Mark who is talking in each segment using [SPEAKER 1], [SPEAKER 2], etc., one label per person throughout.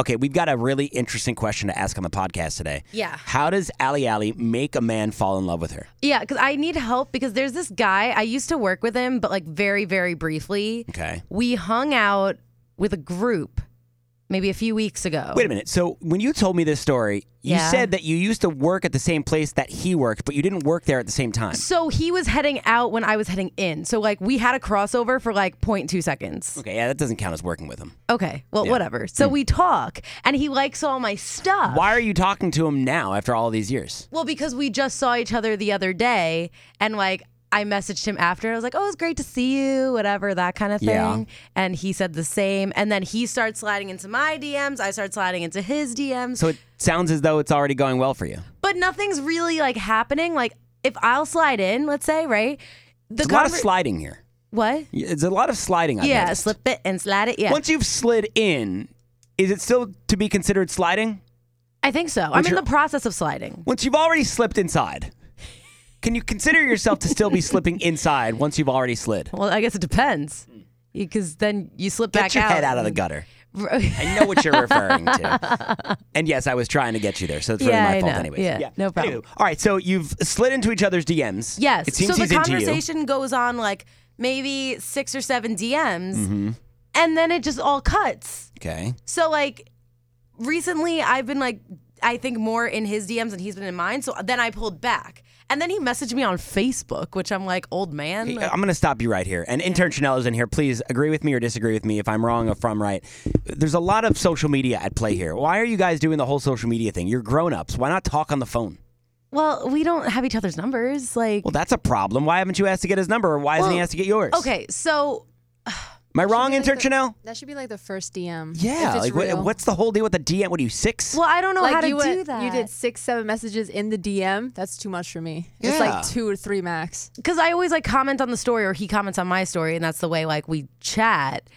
[SPEAKER 1] Okay, we've got a really interesting question to ask on the podcast today.
[SPEAKER 2] Yeah.
[SPEAKER 1] How does Ali Ali make a man fall in love with her?
[SPEAKER 2] Yeah, because I need help because there's this guy. I used to work with him, but like very, very briefly.
[SPEAKER 1] Okay.
[SPEAKER 2] We hung out with a group maybe a few weeks ago.
[SPEAKER 1] Wait a minute. So when you told me this story, you
[SPEAKER 2] Yeah.
[SPEAKER 1] said that you used to work at the same place that he worked, but you didn't work there at the same time.
[SPEAKER 2] So he was heading out when I was heading in. So like we had a crossover for like 0.2 seconds.
[SPEAKER 1] Okay, yeah, that doesn't count as working with him.
[SPEAKER 2] Okay, well, whatever.
[SPEAKER 1] Hmm.
[SPEAKER 2] So we talk and he likes all my stuff.
[SPEAKER 1] Why are you talking to him now after all these years?
[SPEAKER 2] Well, because we just saw each other the other day and like I messaged him after. I was like, "Oh, it's great to see you," whatever, that kind of thing.
[SPEAKER 1] Yeah.
[SPEAKER 2] And he said the same. And then he starts sliding into my DMs. I start sliding into his DMs.
[SPEAKER 1] So it sounds as though it's already going well for you.
[SPEAKER 2] but nothing's really like happening. Like if I'll slide in, let's say, right? The
[SPEAKER 1] There's a lot of
[SPEAKER 2] conver-
[SPEAKER 1] sliding here.
[SPEAKER 2] What?
[SPEAKER 1] It's a lot of sliding. I've
[SPEAKER 2] yeah,
[SPEAKER 1] noticed.
[SPEAKER 2] slip it and slide it. Yeah,
[SPEAKER 1] Once you've slid in, is it still to be considered sliding?
[SPEAKER 2] I think so. I'm in
[SPEAKER 1] you're-
[SPEAKER 2] the process of sliding.
[SPEAKER 1] Once you've already slipped inside, can you consider yourself to still be slipping inside once you've already slid?
[SPEAKER 2] Well, I guess it depends, because then you slip
[SPEAKER 1] Hmm. Get
[SPEAKER 2] back
[SPEAKER 1] your
[SPEAKER 2] out.
[SPEAKER 1] head out of the gutter. I know what you're referring to. And yes, I was trying to get you there, so it's
[SPEAKER 2] Yeah,
[SPEAKER 1] really my
[SPEAKER 2] I
[SPEAKER 1] fault,
[SPEAKER 2] know.
[SPEAKER 1] anyways.
[SPEAKER 2] Yeah, no problem.
[SPEAKER 1] Anywho, all right, so you've slid into each other's DMs.
[SPEAKER 2] Yes.
[SPEAKER 1] It seems
[SPEAKER 2] so
[SPEAKER 1] he's
[SPEAKER 2] the
[SPEAKER 1] into you.
[SPEAKER 2] conversation goes on like maybe six or seven DMs,
[SPEAKER 1] Mm-hmm.
[SPEAKER 2] and then it just all cuts.
[SPEAKER 1] Okay.
[SPEAKER 2] So like recently, I've been like I think more in his DMs than he's been in mine. So then I pulled back, and then he messaged me on Facebook, which I'm like, old man.
[SPEAKER 1] Hey, um,
[SPEAKER 2] like-
[SPEAKER 1] I'm going to stop you right here. And intern Chanel is in here. Please agree with me or disagree with me if I'm wrong or if I'm right. There's a lot of social media at play here. Why are you guys doing the whole social media thing? You're grown ups. Why not talk on the phone?
[SPEAKER 2] well, we don't have each other's numbers. Like,
[SPEAKER 1] Well, that's a problem. Why haven't you asked to get his number or why hasn't he
[SPEAKER 2] Well,
[SPEAKER 1] asked to get yours?
[SPEAKER 2] okay, so
[SPEAKER 1] Am I wrong,
[SPEAKER 3] like
[SPEAKER 1] intern
[SPEAKER 3] the-
[SPEAKER 1] Chanel?
[SPEAKER 3] That should be like the first DM.
[SPEAKER 1] Yeah.
[SPEAKER 3] if it's
[SPEAKER 1] Like, what,
[SPEAKER 3] real.
[SPEAKER 1] what's the whole deal with the DM? What are you, six?
[SPEAKER 2] well, I don't know
[SPEAKER 3] like
[SPEAKER 2] how to
[SPEAKER 3] you
[SPEAKER 2] do
[SPEAKER 3] went-
[SPEAKER 2] that.
[SPEAKER 3] You did six, seven messages in the DM. That's too much for me. It's
[SPEAKER 1] Yeah.
[SPEAKER 3] like two or three max.
[SPEAKER 2] because I always like comment on the story or he comments on my story, and that's the way like we chat.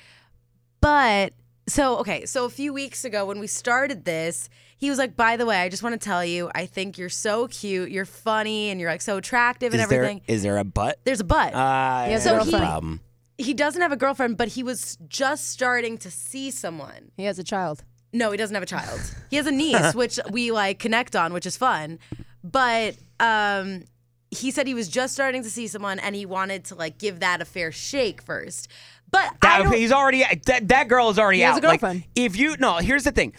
[SPEAKER 2] But so okay, so a few weeks ago when we started this, he was like, "By the way, I just want to tell you, I think you're so cute, you're funny, and you're like so attractive and
[SPEAKER 1] is, there,
[SPEAKER 2] everything."
[SPEAKER 1] is there a butt?
[SPEAKER 2] There's a but.
[SPEAKER 1] Uh,
[SPEAKER 3] He has a
[SPEAKER 1] that's
[SPEAKER 2] girlfriend.
[SPEAKER 1] problem.
[SPEAKER 2] he doesn't have a girlfriend, but he was just starting to see someone.
[SPEAKER 3] He has a child.
[SPEAKER 2] No, he doesn't have a child. He has a niece, which we like connect on, which is fun. But um, he said he was just starting to see someone, and he wanted to like give that a fair shake first. But I
[SPEAKER 1] That,
[SPEAKER 2] don't.
[SPEAKER 1] he's already uh, that, that girl is already
[SPEAKER 3] He
[SPEAKER 1] out.
[SPEAKER 3] has a
[SPEAKER 1] Like,
[SPEAKER 3] girlfriend.
[SPEAKER 1] if you no, here's the thing,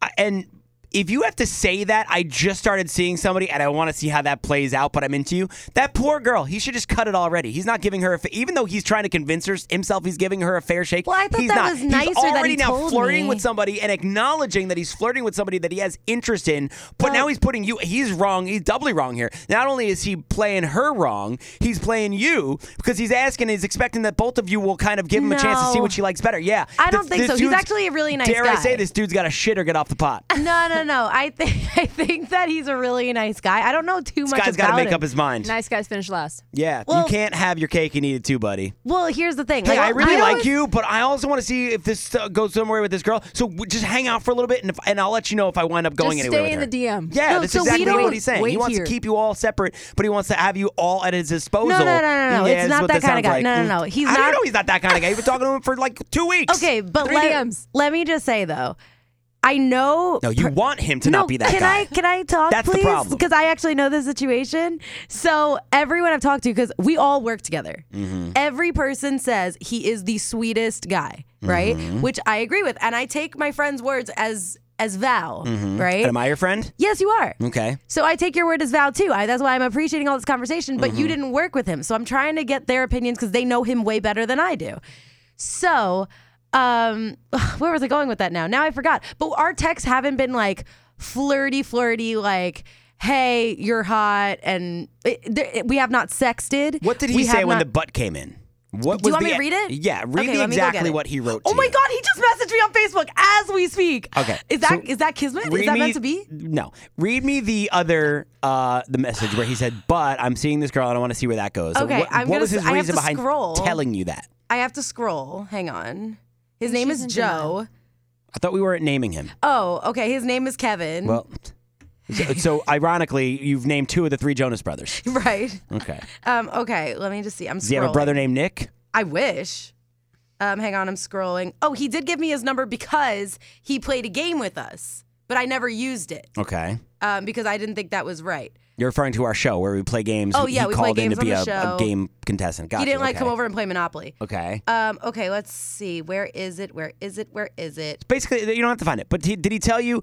[SPEAKER 1] I- and if you have to say that I just started seeing somebody and I want to see how that plays out, but I'm into you. That poor girl, he should just cut it already. He's not giving her a fa- even though he's trying to convince her himself he's giving her a fair shake.
[SPEAKER 2] Well, I thought
[SPEAKER 1] he's
[SPEAKER 2] that
[SPEAKER 1] not.
[SPEAKER 2] was
[SPEAKER 1] He's
[SPEAKER 2] nicer that he
[SPEAKER 1] already now
[SPEAKER 2] told
[SPEAKER 1] flirting
[SPEAKER 2] me.
[SPEAKER 1] with somebody and acknowledging that he's flirting with somebody that he has interest in, but now he's putting you. He's wrong. He's doubly wrong here. Not only is he playing her wrong, he's playing you because he's asking, he's expecting that both of you will kind of give him a chance to see
[SPEAKER 2] No.
[SPEAKER 1] what she likes better. Yeah,
[SPEAKER 2] I
[SPEAKER 1] Th-
[SPEAKER 2] don't think
[SPEAKER 1] this
[SPEAKER 2] so. He's
[SPEAKER 1] dude's-
[SPEAKER 2] actually a really nice
[SPEAKER 1] Dare I say
[SPEAKER 2] guy.
[SPEAKER 1] this dude's got a shit or get off the pot?
[SPEAKER 2] no, no, no. I think I think that he's a really nice guy. I don't know too
[SPEAKER 1] This
[SPEAKER 2] much
[SPEAKER 1] guy's got
[SPEAKER 2] about
[SPEAKER 1] to make
[SPEAKER 2] him.
[SPEAKER 1] up his mind.
[SPEAKER 3] Nice guys finish last.
[SPEAKER 1] Yeah,
[SPEAKER 2] Well-
[SPEAKER 1] you can't have your cake and eat it too, buddy.
[SPEAKER 2] well, here's the thing.
[SPEAKER 1] Hey, I really
[SPEAKER 2] don't-
[SPEAKER 1] like you, but I also want to see if this uh, goes somewhere with this girl. So w- just hang out for a little bit, and, if, and I'll let you know if I wind up going
[SPEAKER 3] Just
[SPEAKER 1] anywhere.
[SPEAKER 3] stay
[SPEAKER 1] with
[SPEAKER 3] in
[SPEAKER 1] her.
[SPEAKER 3] the DM.
[SPEAKER 1] Yeah,
[SPEAKER 2] No,
[SPEAKER 1] that's
[SPEAKER 2] so we
[SPEAKER 1] exactly
[SPEAKER 2] don't-
[SPEAKER 1] what he's saying. He
[SPEAKER 3] wait
[SPEAKER 1] wants
[SPEAKER 3] here.
[SPEAKER 1] to keep you all separate, but he wants to have you all at his disposal.
[SPEAKER 2] No, no, no, no,
[SPEAKER 1] Yeah,
[SPEAKER 2] no. It's
[SPEAKER 1] that's
[SPEAKER 2] not
[SPEAKER 1] what
[SPEAKER 2] that kinda
[SPEAKER 1] sounds
[SPEAKER 2] guy.
[SPEAKER 1] like.
[SPEAKER 2] No, no, no.
[SPEAKER 1] Mm.
[SPEAKER 2] He's
[SPEAKER 1] I
[SPEAKER 2] not-
[SPEAKER 1] don't know he's not that kind of guy. You've been talking to him for like two weeks.
[SPEAKER 2] Okay, but
[SPEAKER 3] Three
[SPEAKER 2] let,
[SPEAKER 3] DMs.
[SPEAKER 2] let me just say though, I know.
[SPEAKER 1] No, you want him to
[SPEAKER 2] no,
[SPEAKER 1] not be that
[SPEAKER 2] can
[SPEAKER 1] guy.
[SPEAKER 2] I can I talk
[SPEAKER 1] That's the
[SPEAKER 2] please?
[SPEAKER 1] problem.
[SPEAKER 2] Because I actually know the situation. So everyone I've talked to, because we all work together,
[SPEAKER 1] Mm-hmm.
[SPEAKER 2] every person says he is the sweetest guy, right?
[SPEAKER 1] Mm-hmm.
[SPEAKER 2] Which I agree with, and I take my friend's words as as vow, right?
[SPEAKER 1] Mm-hmm. Am I your friend?
[SPEAKER 2] yes, you are.
[SPEAKER 1] Okay.
[SPEAKER 2] So I take your word as vow too. I, that's why I'm appreciating all this conversation. But
[SPEAKER 1] Mm-hmm.
[SPEAKER 2] you didn't work with him, so I'm trying to get their opinions because they know him way better than I do. So, um, where was I going with that now? Now I forgot. But our texts haven't been like flirty, flirty, like. Hey, you're hot, and it, there, it- we have not sexted.
[SPEAKER 1] What did he
[SPEAKER 2] We
[SPEAKER 1] say
[SPEAKER 2] have
[SPEAKER 1] when
[SPEAKER 2] not-
[SPEAKER 1] the butt came in? What
[SPEAKER 2] Do
[SPEAKER 1] was
[SPEAKER 2] you want me
[SPEAKER 1] the-
[SPEAKER 2] to read it?
[SPEAKER 1] Yeah, read
[SPEAKER 2] Okay,
[SPEAKER 1] me
[SPEAKER 2] let me go get
[SPEAKER 1] exactly
[SPEAKER 2] it.
[SPEAKER 1] what he wrote.
[SPEAKER 2] Oh
[SPEAKER 1] to
[SPEAKER 2] my
[SPEAKER 1] you.
[SPEAKER 2] God, he just messaged me on Facebook as we speak.
[SPEAKER 1] Okay,
[SPEAKER 2] Is that
[SPEAKER 1] so
[SPEAKER 2] is that kismet? Is
[SPEAKER 1] Read
[SPEAKER 2] that
[SPEAKER 1] me-
[SPEAKER 2] meant to be?
[SPEAKER 1] No. Read me the other uh the message where he said, "But I'm seeing this girl and I want to see where that goes." So
[SPEAKER 2] Okay,
[SPEAKER 1] what,
[SPEAKER 2] I'm
[SPEAKER 1] what
[SPEAKER 2] gonna
[SPEAKER 1] was his
[SPEAKER 2] s- I have
[SPEAKER 1] reason
[SPEAKER 2] to
[SPEAKER 1] behind
[SPEAKER 2] scroll.
[SPEAKER 1] telling you that?
[SPEAKER 2] I have to scroll. Hang on. His name
[SPEAKER 3] she's
[SPEAKER 2] is
[SPEAKER 3] in
[SPEAKER 2] Joe.
[SPEAKER 1] I thought we weren't naming him.
[SPEAKER 2] Oh, okay. His name is Kevin.
[SPEAKER 1] Well, so, so ironically, you've named two of the three Jonas brothers.
[SPEAKER 2] right.
[SPEAKER 1] Okay.
[SPEAKER 2] Um, okay, let me just see. I'm
[SPEAKER 1] Does he have a
[SPEAKER 2] scrolling.
[SPEAKER 1] brother named Nick?
[SPEAKER 2] I wish. Um, hang on, I'm scrolling. Oh, he did give me his number because he played a game with us, but I never used it
[SPEAKER 1] Okay.
[SPEAKER 2] um, because I didn't think that was right.
[SPEAKER 1] You're referring to our show where we play games.
[SPEAKER 2] Oh,
[SPEAKER 1] He-
[SPEAKER 2] yeah,
[SPEAKER 1] he
[SPEAKER 2] we play
[SPEAKER 1] called in
[SPEAKER 2] games
[SPEAKER 1] to be
[SPEAKER 2] on
[SPEAKER 1] a,
[SPEAKER 2] the
[SPEAKER 1] a
[SPEAKER 2] show.
[SPEAKER 1] game contestant. Gotcha.
[SPEAKER 2] he didn't like
[SPEAKER 1] okay.
[SPEAKER 2] come over and play Monopoly.
[SPEAKER 1] Okay.
[SPEAKER 2] Um, okay, let's see. Where is it? Where is it? Where is it?
[SPEAKER 1] Basically, you don't have to find it. But he, did he tell you?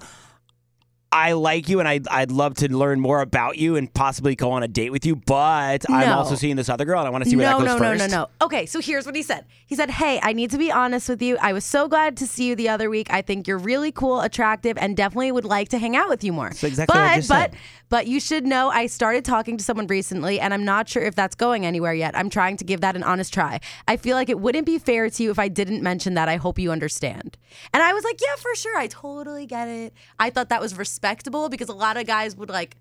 [SPEAKER 1] I like you, and I'd, I'd love to learn more about you, and possibly go on a date with you. But I'm
[SPEAKER 2] No.
[SPEAKER 1] also seeing this other girl, and I want to see where
[SPEAKER 2] no,
[SPEAKER 1] that goes
[SPEAKER 2] no,
[SPEAKER 1] first.
[SPEAKER 2] no, no, no. Okay, so here's what he said. He said, "Hey, I need to be honest with you. I was so glad to see you the other week. I think you're really cool, attractive, and definitely would like to hang out with you more.
[SPEAKER 1] That's exactly
[SPEAKER 2] but,
[SPEAKER 1] what I just
[SPEAKER 2] but,
[SPEAKER 1] said.
[SPEAKER 2] but you should know I started talking to someone recently, and I'm not sure if that's going anywhere yet. I'm trying to give that an honest try. I feel like it wouldn't be fair to you if I didn't mention that. I hope you understand. And I was like, yeah, for sure. I totally get it. I thought that was respectable because a lot of guys would like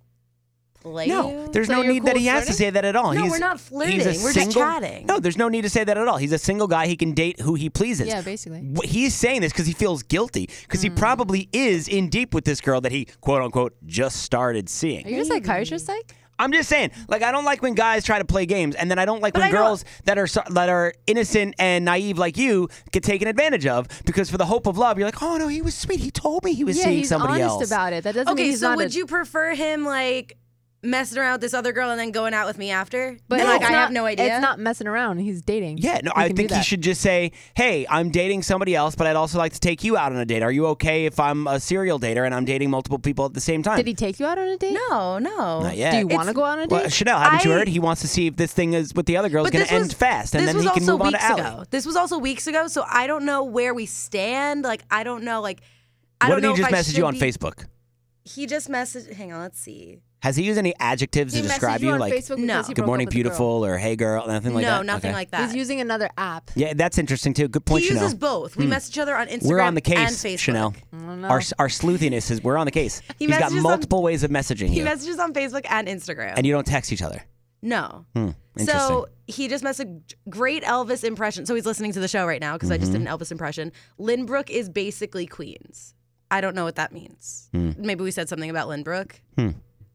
[SPEAKER 2] play.
[SPEAKER 1] No,
[SPEAKER 2] you.
[SPEAKER 1] there's
[SPEAKER 3] So
[SPEAKER 1] no
[SPEAKER 3] you're
[SPEAKER 1] need that
[SPEAKER 3] cool
[SPEAKER 1] he has to
[SPEAKER 3] flirting?
[SPEAKER 1] say that at all.
[SPEAKER 2] No,
[SPEAKER 1] He's-
[SPEAKER 2] we're not flirting.
[SPEAKER 1] he's a
[SPEAKER 2] We're just
[SPEAKER 1] single-
[SPEAKER 2] chatting.
[SPEAKER 1] No, there's no need to say that at all. He's a single guy. He can date who he pleases.
[SPEAKER 3] Yeah, basically.
[SPEAKER 1] Wh- He's saying this because he feels guilty because
[SPEAKER 2] Hmm.
[SPEAKER 1] he probably is in deep with this girl that he quote unquote just started
[SPEAKER 3] Are
[SPEAKER 1] seeing.
[SPEAKER 3] you a psychiatrist, like?
[SPEAKER 1] I'm just saying, like I don't like when guys try to play games, and then I don't like
[SPEAKER 2] But
[SPEAKER 1] when
[SPEAKER 2] I don't-
[SPEAKER 1] girls that are so- that are innocent and naive like you get taken advantage of because for the hope of love, you're like, oh no, he was sweet. He told me he was
[SPEAKER 3] Yeah,
[SPEAKER 1] seeing
[SPEAKER 3] he's
[SPEAKER 1] somebody
[SPEAKER 3] honest
[SPEAKER 1] else.
[SPEAKER 3] about it. That doesn't mean
[SPEAKER 2] Okay,
[SPEAKER 3] he's
[SPEAKER 2] so
[SPEAKER 3] not
[SPEAKER 2] would
[SPEAKER 3] a-
[SPEAKER 2] you prefer him like messing around with this other girl and then going out with me after?
[SPEAKER 3] But
[SPEAKER 2] Then, like
[SPEAKER 3] it's
[SPEAKER 2] I have
[SPEAKER 3] not-
[SPEAKER 2] no idea.
[SPEAKER 3] It's not messing around. He's dating.
[SPEAKER 1] Yeah, no,
[SPEAKER 3] You
[SPEAKER 1] I
[SPEAKER 3] can do
[SPEAKER 1] think he
[SPEAKER 3] that.
[SPEAKER 1] should just say, "Hey, I'm dating somebody else, but I'd also like to take you out on a date. Are you okay if I'm a serial dater and I'm dating multiple people at the same time?"
[SPEAKER 3] Did he take you out on a date?
[SPEAKER 2] No, no.
[SPEAKER 1] Not yet.
[SPEAKER 3] Do you want to go on a date?
[SPEAKER 1] Well, Chanel, haven't you
[SPEAKER 2] I-
[SPEAKER 1] heard? He wants to see if this thing is with the other girl is
[SPEAKER 2] But
[SPEAKER 1] going
[SPEAKER 2] this
[SPEAKER 1] to end
[SPEAKER 2] was-
[SPEAKER 1] fast, and
[SPEAKER 2] this
[SPEAKER 1] then
[SPEAKER 2] was
[SPEAKER 1] he can
[SPEAKER 2] also
[SPEAKER 1] move on to
[SPEAKER 2] weeks
[SPEAKER 1] Allie.
[SPEAKER 2] ago. This was also weeks ago, so I don't know where we stand. Like I don't know. Like I
[SPEAKER 1] what did
[SPEAKER 2] don't know.
[SPEAKER 1] he
[SPEAKER 2] if
[SPEAKER 1] just
[SPEAKER 2] I
[SPEAKER 1] message you
[SPEAKER 2] should
[SPEAKER 1] on
[SPEAKER 2] be-
[SPEAKER 1] Facebook?
[SPEAKER 2] He just messaged. Hang on, let's see.
[SPEAKER 1] Has he used any adjectives
[SPEAKER 3] He
[SPEAKER 1] to
[SPEAKER 3] messaged
[SPEAKER 1] describe
[SPEAKER 3] you
[SPEAKER 1] you,
[SPEAKER 3] on
[SPEAKER 1] like
[SPEAKER 3] Facebook
[SPEAKER 2] No.
[SPEAKER 3] because he
[SPEAKER 2] Good
[SPEAKER 3] broke
[SPEAKER 1] "Good
[SPEAKER 3] up
[SPEAKER 1] morning,
[SPEAKER 3] with the girl.
[SPEAKER 1] beautiful" or "Hey, girl," nothing like
[SPEAKER 2] no,
[SPEAKER 1] that?
[SPEAKER 2] nothing
[SPEAKER 1] Okay.
[SPEAKER 2] like that.
[SPEAKER 3] He's using another app.
[SPEAKER 1] Yeah, that's interesting too. Good
[SPEAKER 2] he
[SPEAKER 1] point,
[SPEAKER 2] uses
[SPEAKER 1] Chanel. Hmm.
[SPEAKER 2] both. We mess each other on Instagram
[SPEAKER 1] We're on the
[SPEAKER 2] and
[SPEAKER 1] case,
[SPEAKER 2] Facebook.
[SPEAKER 1] Chanel.
[SPEAKER 3] don't
[SPEAKER 1] Our
[SPEAKER 3] know.
[SPEAKER 1] our sleuthiness is we're on the case.
[SPEAKER 2] He
[SPEAKER 1] He's got
[SPEAKER 2] messages on-
[SPEAKER 1] multiple ways of messaging
[SPEAKER 2] He
[SPEAKER 1] you,
[SPEAKER 2] messages on Facebook and Instagram.
[SPEAKER 1] and you don't text each other.
[SPEAKER 2] No.
[SPEAKER 1] interesting.
[SPEAKER 2] So he just messaged great Elvis impression. So he's listening to the show right now because I just did an
[SPEAKER 1] Mm-hmm.
[SPEAKER 2] Elvis impression. Lynbrook is basically Queens. I don't know what that means.
[SPEAKER 1] Hmm.
[SPEAKER 2] Maybe we said something about Lynbrook.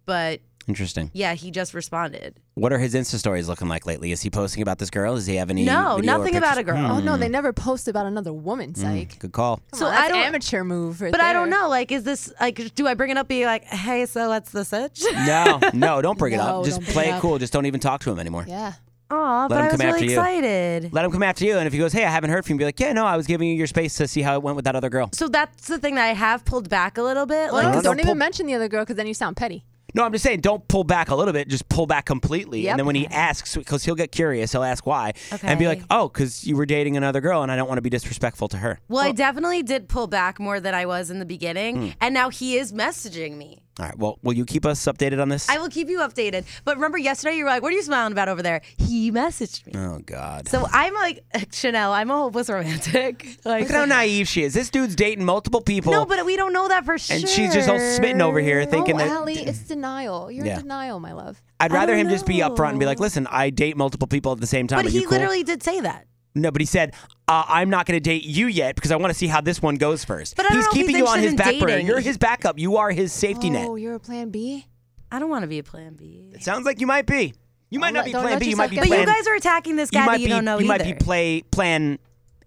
[SPEAKER 2] But
[SPEAKER 1] Interesting.
[SPEAKER 2] yeah, he just responded.
[SPEAKER 1] What are his Insta stories looking like lately? Is he posting about this girl? Does he have any?
[SPEAKER 2] no,
[SPEAKER 1] video or
[SPEAKER 2] nothing about a
[SPEAKER 1] pictures? Hmm.
[SPEAKER 2] girl.
[SPEAKER 3] Oh no, they never post about another woman, psych.
[SPEAKER 1] Good call.
[SPEAKER 2] So
[SPEAKER 3] Well, that's
[SPEAKER 2] I don't
[SPEAKER 3] amateur move, right
[SPEAKER 2] But I don't
[SPEAKER 3] there.
[SPEAKER 2] know. Like, is this like? Do I bring it up? Be like, hey, so what's the sitch?
[SPEAKER 1] No, no, don't bring it up.
[SPEAKER 3] No,
[SPEAKER 1] Just
[SPEAKER 3] don't bring
[SPEAKER 1] play
[SPEAKER 3] it
[SPEAKER 1] it
[SPEAKER 3] up.
[SPEAKER 1] cool. Just don't even talk to him anymore.
[SPEAKER 3] Yeah,
[SPEAKER 2] Aw, but
[SPEAKER 1] him
[SPEAKER 2] I was
[SPEAKER 1] come
[SPEAKER 2] really
[SPEAKER 1] after you.
[SPEAKER 2] excited.
[SPEAKER 1] Let him come after you, and if he goes, "Hey, I haven't heard from you," be like, "Yeah, no, I was giving you your space to see how it went with that other girl."
[SPEAKER 2] so that's the thing that I have pulled back a little bit.
[SPEAKER 3] well,
[SPEAKER 2] like,
[SPEAKER 1] no,
[SPEAKER 3] don't,
[SPEAKER 1] no,
[SPEAKER 3] even
[SPEAKER 1] pull-
[SPEAKER 3] mention the other girl because then you sound petty.
[SPEAKER 1] No, I'm just saying, don't pull back a little bit. Just pull back completely,
[SPEAKER 3] Yep.
[SPEAKER 1] and then when he asks, because he'll get curious, he'll ask why, and be like,
[SPEAKER 2] Okay.
[SPEAKER 1] "Oh, because you were dating another girl, and I don't want to be disrespectful to her."
[SPEAKER 2] Well, I definitely did pull back more than I was in the beginning,
[SPEAKER 1] Hmm.
[SPEAKER 2] and now he is messaging me.
[SPEAKER 1] All right. Well, will you keep us updated on this?
[SPEAKER 2] I will keep you updated. But remember, yesterday you were like, "What are you smiling about over there?" He messaged me,
[SPEAKER 1] oh God.
[SPEAKER 2] so I'm like, Chanel, I'm a hopeless romantic. Like,
[SPEAKER 1] Look at how naive she is. This dude's dating multiple people.
[SPEAKER 2] no, but we don't know that for sure.
[SPEAKER 1] And she's just all smitten over here thinking
[SPEAKER 3] oh,
[SPEAKER 1] that
[SPEAKER 3] Allie, it's denial. You're
[SPEAKER 1] Yeah.
[SPEAKER 3] in denial, my love.
[SPEAKER 1] I'd
[SPEAKER 2] I
[SPEAKER 1] rather
[SPEAKER 2] don't
[SPEAKER 1] him just be upfront and be like,
[SPEAKER 2] know.
[SPEAKER 1] listen, I date multiple people at the same time.
[SPEAKER 2] But
[SPEAKER 1] Are
[SPEAKER 2] he
[SPEAKER 1] you cool?
[SPEAKER 2] literally did say that.
[SPEAKER 1] No, but he said, uh, I'm not going to date you yet because I want to see how this one goes first.
[SPEAKER 2] But I don't
[SPEAKER 1] he's
[SPEAKER 2] know if he's
[SPEAKER 1] keeping you on his
[SPEAKER 2] interested in
[SPEAKER 1] back burner.
[SPEAKER 2] dating.
[SPEAKER 1] You're his backup. You are his safety
[SPEAKER 3] Oh,
[SPEAKER 1] net.
[SPEAKER 3] you're a plan B.
[SPEAKER 2] I don't want to be a plan B.
[SPEAKER 1] It sounds like you might be. You might
[SPEAKER 3] Don't
[SPEAKER 1] not
[SPEAKER 3] let-
[SPEAKER 1] be
[SPEAKER 3] don't
[SPEAKER 1] plan
[SPEAKER 3] let
[SPEAKER 1] B. You might be
[SPEAKER 3] yourself
[SPEAKER 2] But
[SPEAKER 1] plan.
[SPEAKER 2] you guys are attacking this guy
[SPEAKER 1] might
[SPEAKER 2] that you
[SPEAKER 1] be,
[SPEAKER 2] don't know
[SPEAKER 1] You
[SPEAKER 2] either.
[SPEAKER 1] might be play plan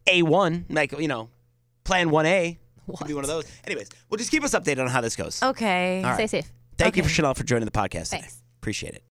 [SPEAKER 1] A one, like you know, plan one A. Could be one of those. Anyways, well, just keep us updated on how this goes.
[SPEAKER 2] okay.
[SPEAKER 1] All right.
[SPEAKER 3] Stay safe.
[SPEAKER 1] Thank you for Chanel for joining the podcast. Today.
[SPEAKER 3] Thanks.
[SPEAKER 1] Appreciate it.